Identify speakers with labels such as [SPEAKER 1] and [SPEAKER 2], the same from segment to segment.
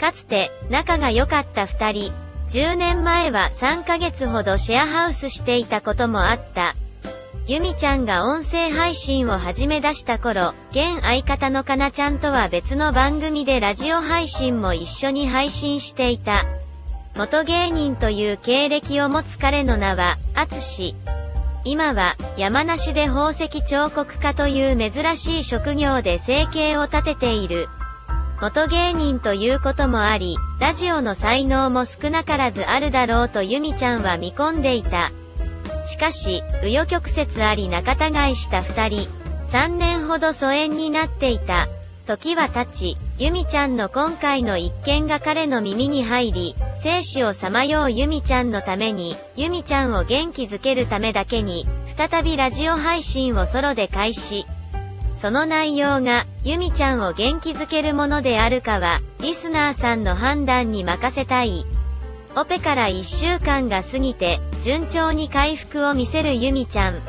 [SPEAKER 1] かつて仲が良かった二人、10年前は3ヶ月ほどシェアハウスしていたこともあった。ゆみちゃんが音声配信を始め出した頃、現相方のかなちゃんとは別の番組でラジオ配信も一緒に配信していた。元芸人という経歴を持つ彼の名は、あつし。今は、山梨で宝石彫刻家という珍しい職業で生計を立てている。元芸人ということもあり、ラジオの才能も少なからずあるだろうとゆみちゃんは見込んでいた。しかし、紆余曲折あり仲違いした二人、3年ほど疎遠になっていた。時は経ち、ゆみちゃんの今回の一件が彼の耳に入り、生死をさまようゆみちゃんのために、ゆみちゃんを元気づけるためだけに、再びラジオ配信をソロで開始。その内容が、ゆみちゃんを元気づけるものであるかは、リスナーさんの判断に任せたい。オペから1週間が過ぎて、順調に回復を見せるゆみちゃん。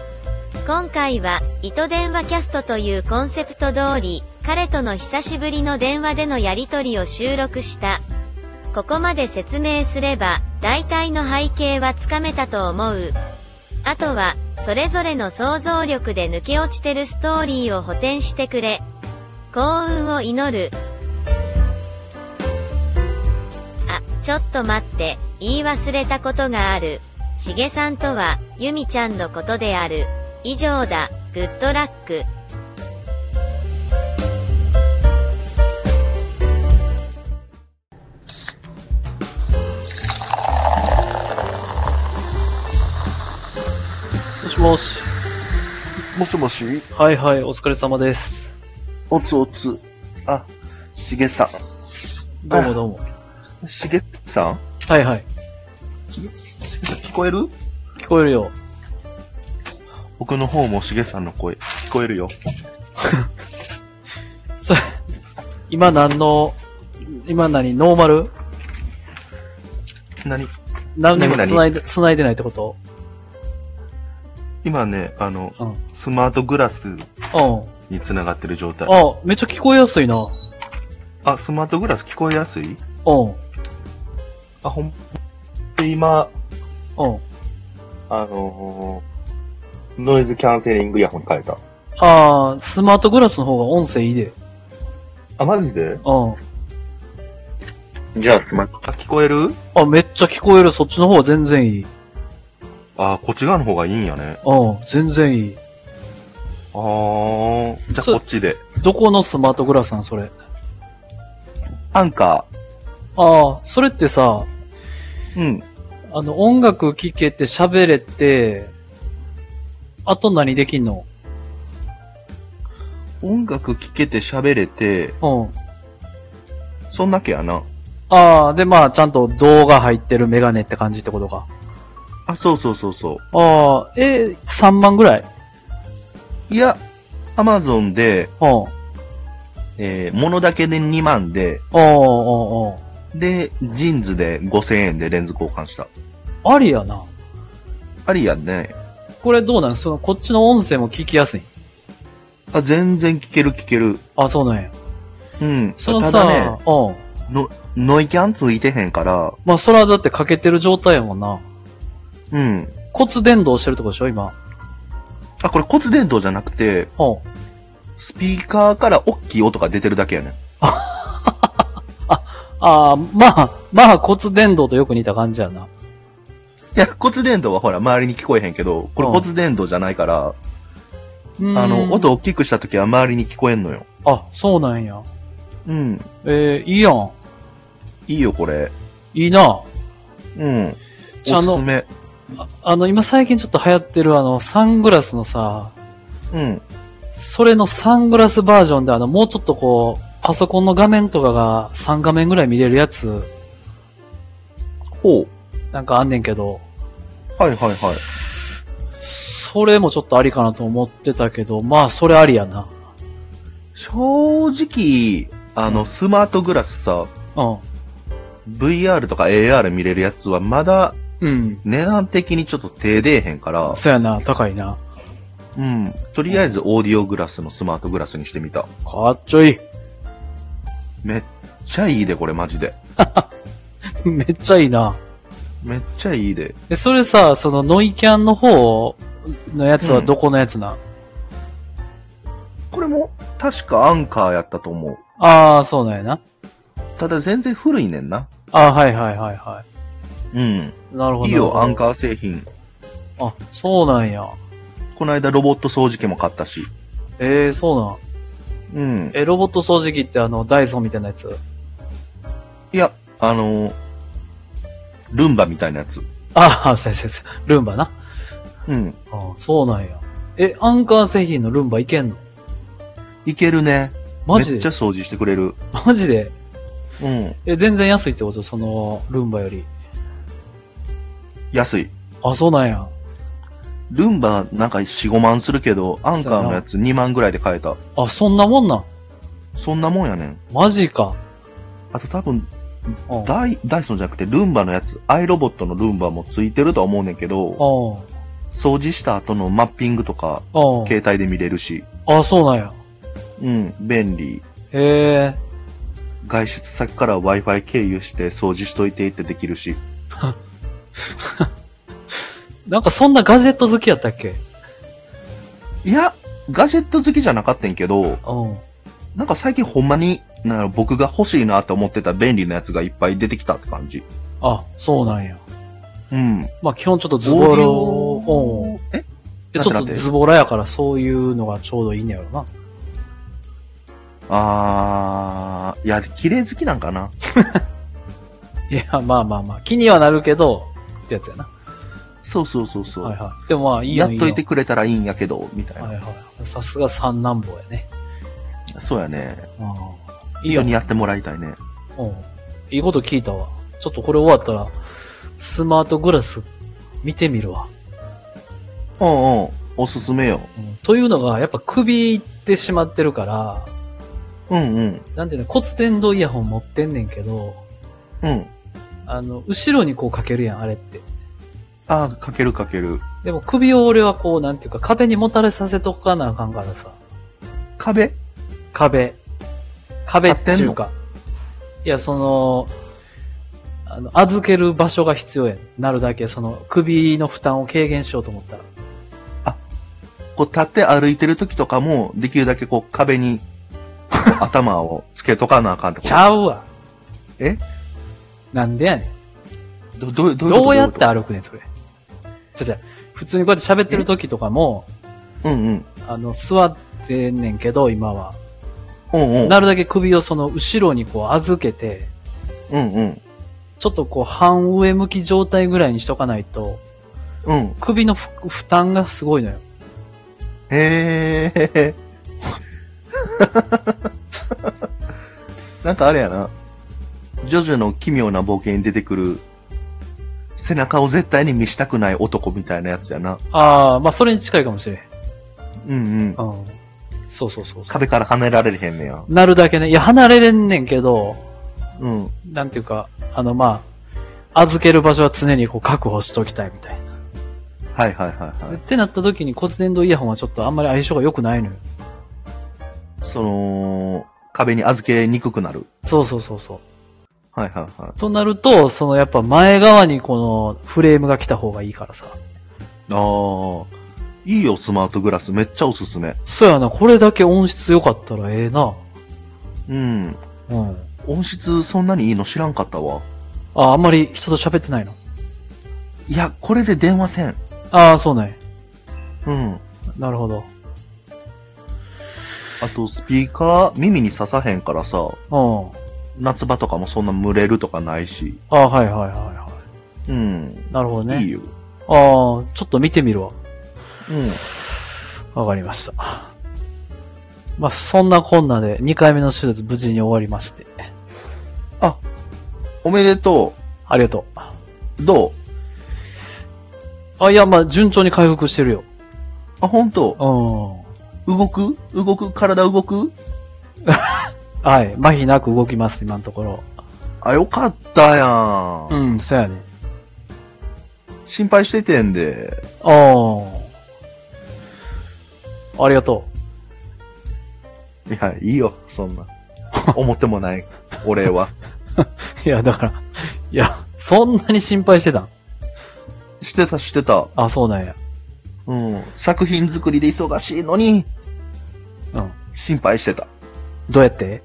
[SPEAKER 1] 今回は、糸電話キャストというコンセプト通り、彼との久しぶりの電話でのやりとりを収録した。ここまで説明すれば、大体の背景はつかめたと思う。あとは、それぞれの想像力で抜け落ちてるストーリーを補填してくれ。幸運を祈る。あ、ちょっと待って、言い忘れたことがある。しげさんとは、ゆみちゃんのことである。以上だ、グッドラック。
[SPEAKER 2] もしもし。
[SPEAKER 3] もしもし
[SPEAKER 2] はいはい、お疲れ様です。
[SPEAKER 3] おつおつ。あ、しげさ
[SPEAKER 2] どうもどうも。
[SPEAKER 3] ん。しげさん
[SPEAKER 2] はいはい。
[SPEAKER 3] しげさん聞こえる
[SPEAKER 2] 聞こえるよ。
[SPEAKER 3] 僕の方もしげさんの声、聞こえるよ。
[SPEAKER 2] それ、今何の、今何ノーマル
[SPEAKER 3] 何
[SPEAKER 2] 何にも
[SPEAKER 3] 何々
[SPEAKER 2] 繋いで、繋いでないってこと
[SPEAKER 3] 今ね、あの、
[SPEAKER 2] うん。うん。
[SPEAKER 3] スマートグラス
[SPEAKER 2] あ、
[SPEAKER 3] に繋がってる状態。
[SPEAKER 2] めっちゃ聞こえやすいな。うん。
[SPEAKER 3] あ、スマートグラス聞こえやすいあ、ほん、で、今、
[SPEAKER 2] うん。
[SPEAKER 3] あのーノイズキャンセリングイヤホンに変えた。
[SPEAKER 2] あー、スマートグラスの方が音声いいで。
[SPEAKER 3] あ、マジで
[SPEAKER 2] うん。
[SPEAKER 3] じゃあスマあ、聞こえる
[SPEAKER 2] あ、めっちゃ聞こえる。そっちの方が全然いい。
[SPEAKER 3] あ、こっち側の方がいいんやね。
[SPEAKER 2] うん。全然いい。
[SPEAKER 3] あー、じゃあ
[SPEAKER 2] そう
[SPEAKER 3] こっちで。
[SPEAKER 2] どこのスマートグラスなんそれ。
[SPEAKER 3] アンカ
[SPEAKER 2] あー、それってさ、
[SPEAKER 3] ー。うん。
[SPEAKER 2] あの、音楽聴けて喋れて、あと何できんの
[SPEAKER 3] 音楽聴けて喋れて、
[SPEAKER 2] うん。
[SPEAKER 3] そんだけやな。
[SPEAKER 2] ああ、で、まあ、ちゃんと動画入ってるメガネって感じってことか。
[SPEAKER 3] あ、そうそうそうそ。
[SPEAKER 2] ああ、えー、3万ぐらいう
[SPEAKER 3] いや、アマゾンで、
[SPEAKER 2] うん。おう
[SPEAKER 3] えー、物だけで2万で、
[SPEAKER 2] おうおう
[SPEAKER 3] で、ジーンズで5000円でレンズ交換した。
[SPEAKER 2] ありやな。
[SPEAKER 3] ありやね。
[SPEAKER 2] これどうなんその、こっちの音声も聞きやすい。
[SPEAKER 3] あ、全然聞ける聞ける。
[SPEAKER 2] あ、そうなんや。
[SPEAKER 3] うん。
[SPEAKER 2] その
[SPEAKER 3] た
[SPEAKER 2] さ、
[SPEAKER 3] だね、
[SPEAKER 2] うん。
[SPEAKER 3] の、ノイキャンついてへんから、
[SPEAKER 2] まあ、それはだって欠けてる状態やもんな。
[SPEAKER 3] うん。
[SPEAKER 2] 骨伝導してるとこでしょ、今。
[SPEAKER 3] あ、これ骨伝導じゃなくて、
[SPEAKER 2] うん。
[SPEAKER 3] スピーカーから大きい音が出てるだけやね。
[SPEAKER 2] ああ、まあ、まあ、骨伝導とよく似た感じやな。
[SPEAKER 3] いや、骨伝導はほら、周りに聞こえへんけど、これ
[SPEAKER 2] うん
[SPEAKER 3] 骨伝導じゃないから、
[SPEAKER 2] うーん
[SPEAKER 3] あの、音。大きくした時は周りに聞こえんのよ。
[SPEAKER 2] あ、そうなんや。
[SPEAKER 3] うん。
[SPEAKER 2] えー、いいやん。
[SPEAKER 3] いいよ、これ。
[SPEAKER 2] いいな。
[SPEAKER 3] うん。
[SPEAKER 2] じゃあ
[SPEAKER 3] おすすめ。
[SPEAKER 2] ああの、今最近ちょっと流行ってるあの、サングラスのさ、
[SPEAKER 3] うん。
[SPEAKER 2] それのサングラスバージョンで、あの、もうちょっとこう、パソコンの画面とかが3画面ぐらい見れるやつ、
[SPEAKER 3] ほう。
[SPEAKER 2] なんかあんねんけど、
[SPEAKER 3] はいはいはい。
[SPEAKER 2] それもちょっとありかなと思ってたけど、まあ、それありやな。
[SPEAKER 3] 正直、あの、スマートグラスさ、
[SPEAKER 2] うん。
[SPEAKER 3] VR とか AR 見れるやつはまだ
[SPEAKER 2] うん。
[SPEAKER 3] 値段的にちょっと手出えへんから、
[SPEAKER 2] そやな、高いな。
[SPEAKER 3] うん。とりあえずオーディオグラスのスマートグラスにしてみた。
[SPEAKER 2] かっちょいい。
[SPEAKER 3] めっちゃいいで、これマジで。
[SPEAKER 2] めっちゃいいな。
[SPEAKER 3] めっちゃいいで。
[SPEAKER 2] え、それさ、そのノイキャンの方のやつはどこのやつなん、
[SPEAKER 3] これも、確かアンカーやったと思う。
[SPEAKER 2] ああ、そうなんやな。
[SPEAKER 3] ただ全然古いねんな。
[SPEAKER 2] あーはいはいはいは
[SPEAKER 3] うん。
[SPEAKER 2] い。なるほど。
[SPEAKER 3] いいよ、アン
[SPEAKER 2] ー。
[SPEAKER 3] カー製品。
[SPEAKER 2] あ、そうなんや。
[SPEAKER 3] この間ロボット掃除機も買ったし。
[SPEAKER 2] ええー、そうなん。
[SPEAKER 3] うん。
[SPEAKER 2] え、ロボット掃除機ってあの、ダイソンみたいなやつ
[SPEAKER 3] いや、あの、ルンバみたいなやつ。
[SPEAKER 2] ああ、先生、ルンバな。
[SPEAKER 3] うん。
[SPEAKER 2] あそうなんや。え、アンカー製品のルンバいけんの
[SPEAKER 3] いけるね。
[SPEAKER 2] マジ
[SPEAKER 3] めっちゃ
[SPEAKER 2] で
[SPEAKER 3] 掃除してくれる。
[SPEAKER 2] マジで
[SPEAKER 3] うん。
[SPEAKER 2] え、全然安いってことその、ルンバより。
[SPEAKER 3] 安い。
[SPEAKER 2] あ、そうなんや。
[SPEAKER 3] ルンバなんか4、5万するけど、アンカーのやつ2万ぐらいで買えた。
[SPEAKER 2] あ、そんなもんなん
[SPEAKER 3] そんなもんやねん。
[SPEAKER 2] マジか。
[SPEAKER 3] あと多分、
[SPEAKER 2] うん。うん。
[SPEAKER 3] ダイ、ダイソンじゃなくてルンバのやつ、アイロボットのルンバもついてるとは思うねんけど、掃除した後のマッピングとか、
[SPEAKER 2] うん。
[SPEAKER 3] 携帯で見れるし、
[SPEAKER 2] あ、そうなんや。
[SPEAKER 3] うん、便利。
[SPEAKER 2] へえ。
[SPEAKER 3] 外出先から Wi-Fi 経由して掃除しといてってできるし。
[SPEAKER 2] なんかそんなガジェット好きやったっけ
[SPEAKER 3] いや、ガジェット好きじゃなかったんけど、
[SPEAKER 2] うん。
[SPEAKER 3] なんか最近ほんまに、なんやろ僕が欲しいなって思ってた便利なやつがいっぱい出てきたって感じ。
[SPEAKER 2] あ、そうなんや。
[SPEAKER 3] うん。
[SPEAKER 2] まあ基本ちょっとズ
[SPEAKER 3] オ
[SPEAKER 2] ボ
[SPEAKER 3] ーデ
[SPEAKER 2] ラ
[SPEAKER 3] ィ
[SPEAKER 2] を、うん
[SPEAKER 3] オ。え
[SPEAKER 2] え。ちょっとズボラやからそういうのがちょうどいいんやろな。
[SPEAKER 3] あー、いや、綺麗好きなんかな。
[SPEAKER 2] いや、まあまあまあ、気にはなるけど、ってやつやな。
[SPEAKER 3] そうそうそうそう。
[SPEAKER 2] はいはい。でもまあ、いい
[SPEAKER 3] や
[SPEAKER 2] よ、
[SPEAKER 3] っ
[SPEAKER 2] いいよ。
[SPEAKER 3] といてくれたらいいんやけど、みたいな。
[SPEAKER 2] はいはい。さすが三男坊やね。
[SPEAKER 3] そうやね。
[SPEAKER 2] うん。いい
[SPEAKER 3] 人
[SPEAKER 2] よ。
[SPEAKER 3] にやってもらいたいね。
[SPEAKER 2] うん。いいこと聞いたわ。ちょっとこれ終わったら、スマートグラス見てみるわ。
[SPEAKER 3] うんうん。おすすめよ。
[SPEAKER 2] うん、というのが、やっぱ首いってしまってるから、
[SPEAKER 3] うんうん。
[SPEAKER 2] なんていうの、骨伝導イヤホン持ってんねんけど、
[SPEAKER 3] うん。
[SPEAKER 2] あの、後ろにこうかけるやん、あれって。
[SPEAKER 3] あー、かけるかける。
[SPEAKER 2] でも首を俺はこう、なんていうか壁にもたれさせとかなあかんからさ。
[SPEAKER 3] 壁
[SPEAKER 2] 壁。壁っていうか。いや、その、あの、預ける場所が必要やん。なるだけ、その、首の負担を軽減しようと思ったら。
[SPEAKER 3] こう立って歩いてる時とかも、できるだけこう壁に、こう頭をつけとかなあかんって こ
[SPEAKER 2] ちゃうわ。
[SPEAKER 3] え
[SPEAKER 2] なんでやねん。
[SPEAKER 3] と。どどういうこと
[SPEAKER 2] どうやって
[SPEAKER 3] どういう
[SPEAKER 2] 歩くねん、それ。じゃじゃ普通にこうやって喋ってる時とかも、
[SPEAKER 3] ことうんうん。
[SPEAKER 2] あの、座ってんねんけど、今は。
[SPEAKER 3] うんうん。
[SPEAKER 2] なるだけ首をその後ろにこう預けて、
[SPEAKER 3] うんうん。
[SPEAKER 2] ちょっとこう半上向き状態ぐらいにしとかないと、
[SPEAKER 3] うん。
[SPEAKER 2] 首のふ負担がすごいのよ。
[SPEAKER 3] へえ。なんかあれやな。ジョジョの奇妙な冒険に出てくる、背中を絶対に見したくない男みたいなやつやな。
[SPEAKER 2] ああ、まあそれに近いかもしれん。
[SPEAKER 3] うんうん。
[SPEAKER 2] うん。そうそうそうそう。
[SPEAKER 3] 壁から離れられへんねや。
[SPEAKER 2] なるだけね。いや、離れれんねんけど、
[SPEAKER 3] うん。
[SPEAKER 2] なんていうか、あのまあ、預ける場所は常にこう確保しておきたいみたいな。
[SPEAKER 3] はいはいはいは
[SPEAKER 2] っ
[SPEAKER 3] い。
[SPEAKER 2] てなった時に骨伝導イヤホンはちょっとあんまり相性が良くないのよ。
[SPEAKER 3] その、壁に預けにくくなる。
[SPEAKER 2] そうそうそうそう。
[SPEAKER 3] はいはいはい。
[SPEAKER 2] となると、そのやっぱ前側にこのフレームが来た方がいいからさ。
[SPEAKER 3] ああ。いいよ、スマートグラス。めっちゃおすすめ。
[SPEAKER 2] そうやな、これだけ音質良かったらええな。
[SPEAKER 3] うん。
[SPEAKER 2] うん。
[SPEAKER 3] 音質そんなにいいの知らんかったわ。
[SPEAKER 2] あ、あんまり人と喋ってないの。
[SPEAKER 3] いや、これで電話せん。
[SPEAKER 2] ああ、そうね。
[SPEAKER 3] うん。
[SPEAKER 2] なるほど。
[SPEAKER 3] あと、スピーカー、耳に刺さへんからさ、
[SPEAKER 2] うん。
[SPEAKER 3] 夏場とかもそんな蒸れるとかないし。
[SPEAKER 2] ああ、はいはいはいは
[SPEAKER 3] うん。
[SPEAKER 2] い。なるほどね。
[SPEAKER 3] いいよ。
[SPEAKER 2] ああ、ちょっと見てみるわ。
[SPEAKER 3] うん。
[SPEAKER 2] わかりました。まあ、そんなこんなで2回目の手術無事に終わりまして。
[SPEAKER 3] おめでと
[SPEAKER 2] ありがと
[SPEAKER 3] う。どう
[SPEAKER 2] う。あ、いや、まあ、順調に回復してるよ。
[SPEAKER 3] あ、本当
[SPEAKER 2] う
[SPEAKER 3] 動く動く体動く
[SPEAKER 2] ん。はい。麻痺なく動きます、今のところ。
[SPEAKER 3] あ、よかったやん。
[SPEAKER 2] うん、そうやね。
[SPEAKER 3] 心配しててんで。
[SPEAKER 2] ああ。ありがと
[SPEAKER 3] いや、いいよ、そんな。思ってもない。お礼は。
[SPEAKER 2] う。いや、だから、いや、そんなに心配してたん
[SPEAKER 3] してた、してた。
[SPEAKER 2] あ、そうなんや。
[SPEAKER 3] うん。作品作りで忙しいのに、
[SPEAKER 2] うん。
[SPEAKER 3] 心配してた。
[SPEAKER 2] どうやって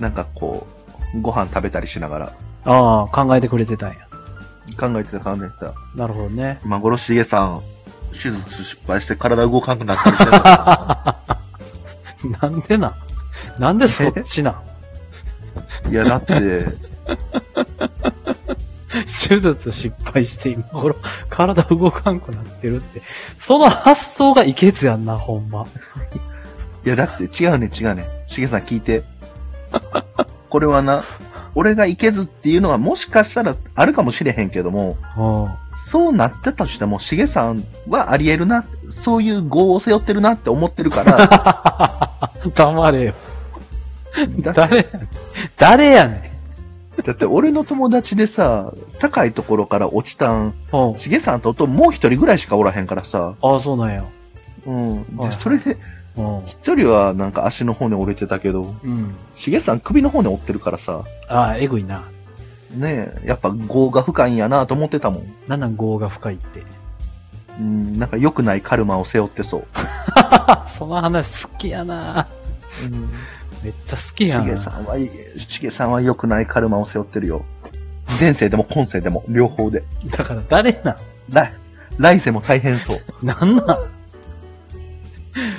[SPEAKER 3] なんかこう、ご飯食べたりしながら、
[SPEAKER 2] ああ、考えてくれてたんや。
[SPEAKER 3] 考えてた、考えてた。
[SPEAKER 2] なるほどね。
[SPEAKER 3] 今頃しげさん、手術失敗して体動かなくなったりしてた。
[SPEAKER 2] なんでななんでそっちなん
[SPEAKER 3] いや、だって、
[SPEAKER 2] 手術失敗して今頃、体動かんくなってるって。その発想がいけずやんな、ほんま。
[SPEAKER 3] いや、だって違うね、違うね。しげさん聞いて。これはな、俺がいけずっていうのはもしかしたらあるかもしれへんけども、
[SPEAKER 2] うん。
[SPEAKER 3] そうなったとしても、しげさんはあり得るな、そういう業を背負ってるなって思ってる から、
[SPEAKER 2] 黙れよ。
[SPEAKER 3] だだ
[SPEAKER 2] 誰やねん誰やねん。
[SPEAKER 3] って俺の友達でさ、高いところから落ちたん、
[SPEAKER 2] うん。
[SPEAKER 3] しげさんとともう一人ぐらいしかおらへんからさ、
[SPEAKER 2] ああ、そうなんや。
[SPEAKER 3] うん。
[SPEAKER 2] は
[SPEAKER 3] で、
[SPEAKER 2] い
[SPEAKER 3] それで、
[SPEAKER 2] うん。
[SPEAKER 3] 一人はなんか足の方に折れてたけど、
[SPEAKER 2] うん。
[SPEAKER 3] しげさん首の方に折ってるからさ、
[SPEAKER 2] ああ、えぐいな。
[SPEAKER 3] ねえ、やっぱ業が深いんやなと思ってたもん。
[SPEAKER 2] なんなん業が深いって。
[SPEAKER 3] うん、なんか良くないカルマを背負ってそう。
[SPEAKER 2] その話好きやな。めっちゃ好きや
[SPEAKER 3] し
[SPEAKER 2] ん。
[SPEAKER 3] げさんは、しげさんは良くないカルマを背負ってるよ。前世でも今世でも、両方で。
[SPEAKER 2] だから誰なん
[SPEAKER 3] 来、来世も大変そう。
[SPEAKER 2] なんなん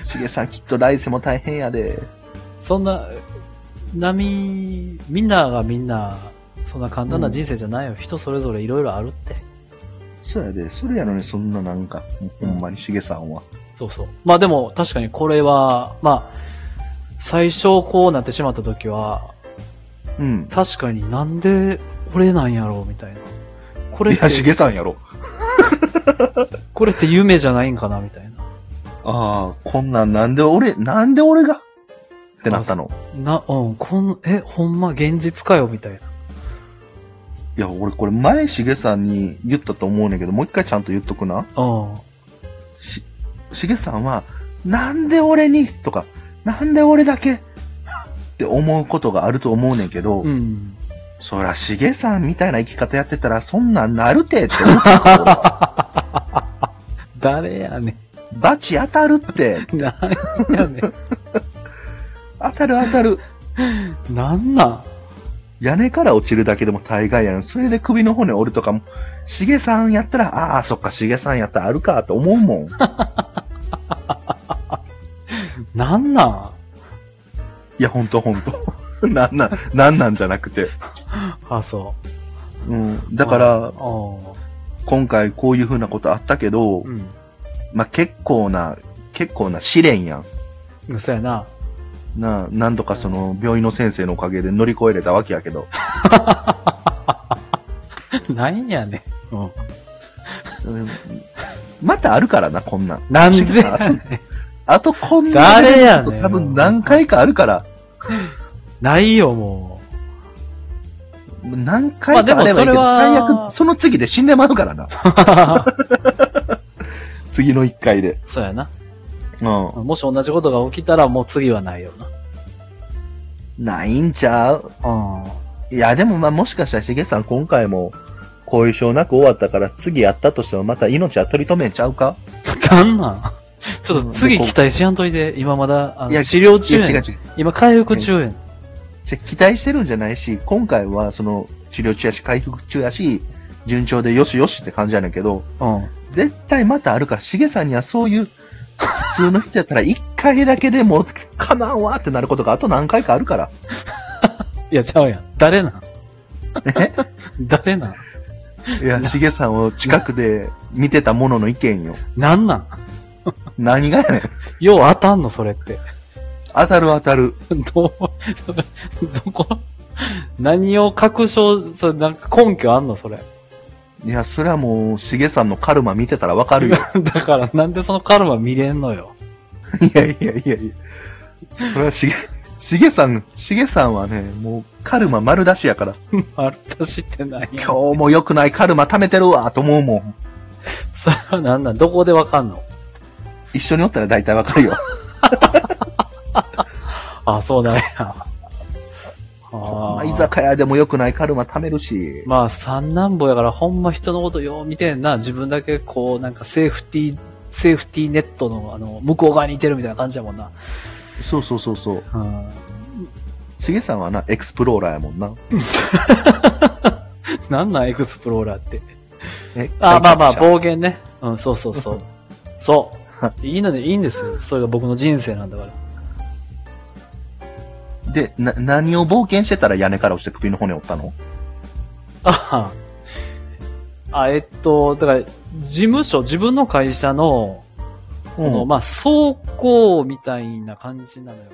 [SPEAKER 3] しげさんきっと来世も大変やで。
[SPEAKER 2] そんな、波、みんながみんな、そんな簡単な人生じゃないよ。人それぞれいろいろあるって。
[SPEAKER 3] そうやで、それやのにそんななんか、ほんまにしげさんは。
[SPEAKER 2] そうそう。まあでも確かにこれは、まあ、最初こうなってしまった時は、
[SPEAKER 3] うん。
[SPEAKER 2] 確かになんで俺なんやろうみたいな。これ
[SPEAKER 3] い
[SPEAKER 2] って
[SPEAKER 3] や、、しげさんやろ。
[SPEAKER 2] これって夢じゃないんかなみたいな。
[SPEAKER 3] ああ、こんなんなんで俺、なんで俺がってなったの。
[SPEAKER 2] な、うん、こん、え、ほんま現実かよみたいな。
[SPEAKER 3] いや、俺これ前しげさんに言ったと思うねんけど、もう一回ちゃんと言っとくな。
[SPEAKER 2] うん。
[SPEAKER 3] し、しげさんは、なんで俺にとか、なんで俺だけって思うことがあると思うねんけど、
[SPEAKER 2] うん。
[SPEAKER 3] そらしげさんみたいな生き方やってたら、そんなんなるてって思ったんだ俺は
[SPEAKER 2] 誰やね
[SPEAKER 3] バチ当たるって、
[SPEAKER 2] ん。 なんやね
[SPEAKER 3] 当たる当たる。
[SPEAKER 2] ん。なんなん
[SPEAKER 3] 屋根から落ちるだけでも大概やん。それで首の骨折るとかも、しげさんやったら、ああ、そっか、しげさんやったらあるかと思うもん。
[SPEAKER 2] なんなん
[SPEAKER 3] いや、ほんと ほんと。なんなん、なんなんじゃなくて。
[SPEAKER 2] あ、そ
[SPEAKER 3] うん。だから
[SPEAKER 2] う。、あ
[SPEAKER 3] 今回こういう風なことあったけど、
[SPEAKER 2] あ。うん。
[SPEAKER 3] まあ、結構な、結構な試練やん。
[SPEAKER 2] 嘘やな。
[SPEAKER 3] なあ、何度かその病院の先生のおかげで乗り越えれたわけやけど。
[SPEAKER 2] なんやねん。うん。
[SPEAKER 3] うんまたあるからな、こんなん。
[SPEAKER 2] なん
[SPEAKER 3] しげ
[SPEAKER 2] で
[SPEAKER 3] さん
[SPEAKER 2] や
[SPEAKER 3] あと
[SPEAKER 2] ねん。
[SPEAKER 3] あとこんな。
[SPEAKER 2] 誰やねん
[SPEAKER 3] 多分何回かあるから。
[SPEAKER 2] ないよ、も
[SPEAKER 3] 何回かあればいいけど、
[SPEAKER 2] まあでもそれ
[SPEAKER 3] 最
[SPEAKER 2] は
[SPEAKER 3] 悪、その次で死んでまうからな。
[SPEAKER 2] う。
[SPEAKER 3] 次の一回で。
[SPEAKER 2] そうやな。
[SPEAKER 3] うん。
[SPEAKER 2] もし同じことが起きたら、もう次はないよな。
[SPEAKER 3] ないんちゃう
[SPEAKER 2] うん。
[SPEAKER 3] いや、でもまあもしかしたらしげさん今回も、後遺症なく終わったから次やったとしてもまた命は取り留めちゃうか
[SPEAKER 2] なん なんちょっと次期待しやんといて、今まだ、あ
[SPEAKER 3] いや
[SPEAKER 2] の治療
[SPEAKER 3] い
[SPEAKER 2] 中
[SPEAKER 3] や違う
[SPEAKER 2] や
[SPEAKER 3] 違
[SPEAKER 2] ん
[SPEAKER 3] う。。
[SPEAKER 2] 今回復中やん。
[SPEAKER 3] じゃ期待してるんじゃないし、今回はその治療中やし、回復中やし、順調でよしよしって感じやねんけど、
[SPEAKER 2] うん。
[SPEAKER 3] 絶対またあるから、しげさんにはそういう、普通の人やったら一回だけでも、かなわってなることがあと何回かあるから。
[SPEAKER 2] いや、ちゃうやん。誰なん
[SPEAKER 3] え
[SPEAKER 2] 誰なん
[SPEAKER 3] いや、しげさんを近くで見てたものの意見よ。
[SPEAKER 2] なんなん
[SPEAKER 3] 何がやねん。
[SPEAKER 2] よう当たんの、それって。
[SPEAKER 3] 当たる当たる。
[SPEAKER 2] どう、 それどこ何を確証、それなんか根拠あんのそれ。
[SPEAKER 3] いや、それはもう、しげさんのカルマ見てたらわかるよ。
[SPEAKER 2] だからなんでそのカルマ見れんのよ。
[SPEAKER 3] いやいやいやいや。それはしげ、しげさん、しげさんはね、もう、カルマ丸出しやから。
[SPEAKER 2] 丸出しってないやん
[SPEAKER 3] 今日も良くないカルマ貯めてるわと思うもん。
[SPEAKER 2] それはなんなんどこでわかんの
[SPEAKER 3] 一緒におったら大体わかるよ。
[SPEAKER 2] あ、そうなんや。
[SPEAKER 3] まあ、
[SPEAKER 2] あ
[SPEAKER 3] 居酒屋でも良くないカルマ貯めるし、
[SPEAKER 2] まあ、三男坊やから、ほんま人のことよう見てんな。自分だけ、こう、なんか、セーフティー、セーフティーネットの、あの、向こう側にいてるみたいな感じやもんな。
[SPEAKER 3] そうそうそうそう。
[SPEAKER 2] うん。
[SPEAKER 3] しげさんはな、エクスプローラーやもんな。
[SPEAKER 2] なんなん、エクスプローラーって。
[SPEAKER 3] え
[SPEAKER 2] あ、まあまあ、
[SPEAKER 3] 開拓者
[SPEAKER 2] 暴言ね。うん、そうそう そう。そう。いいので、いいんですよ。それが僕の人生なんだから。
[SPEAKER 3] で、な、何を冒険してたら屋根から落ちて首の骨折ったの
[SPEAKER 2] あはんあ、えっと、だから、事務所、自分の会社の、この、まあ、走行みたいな感じなのよ。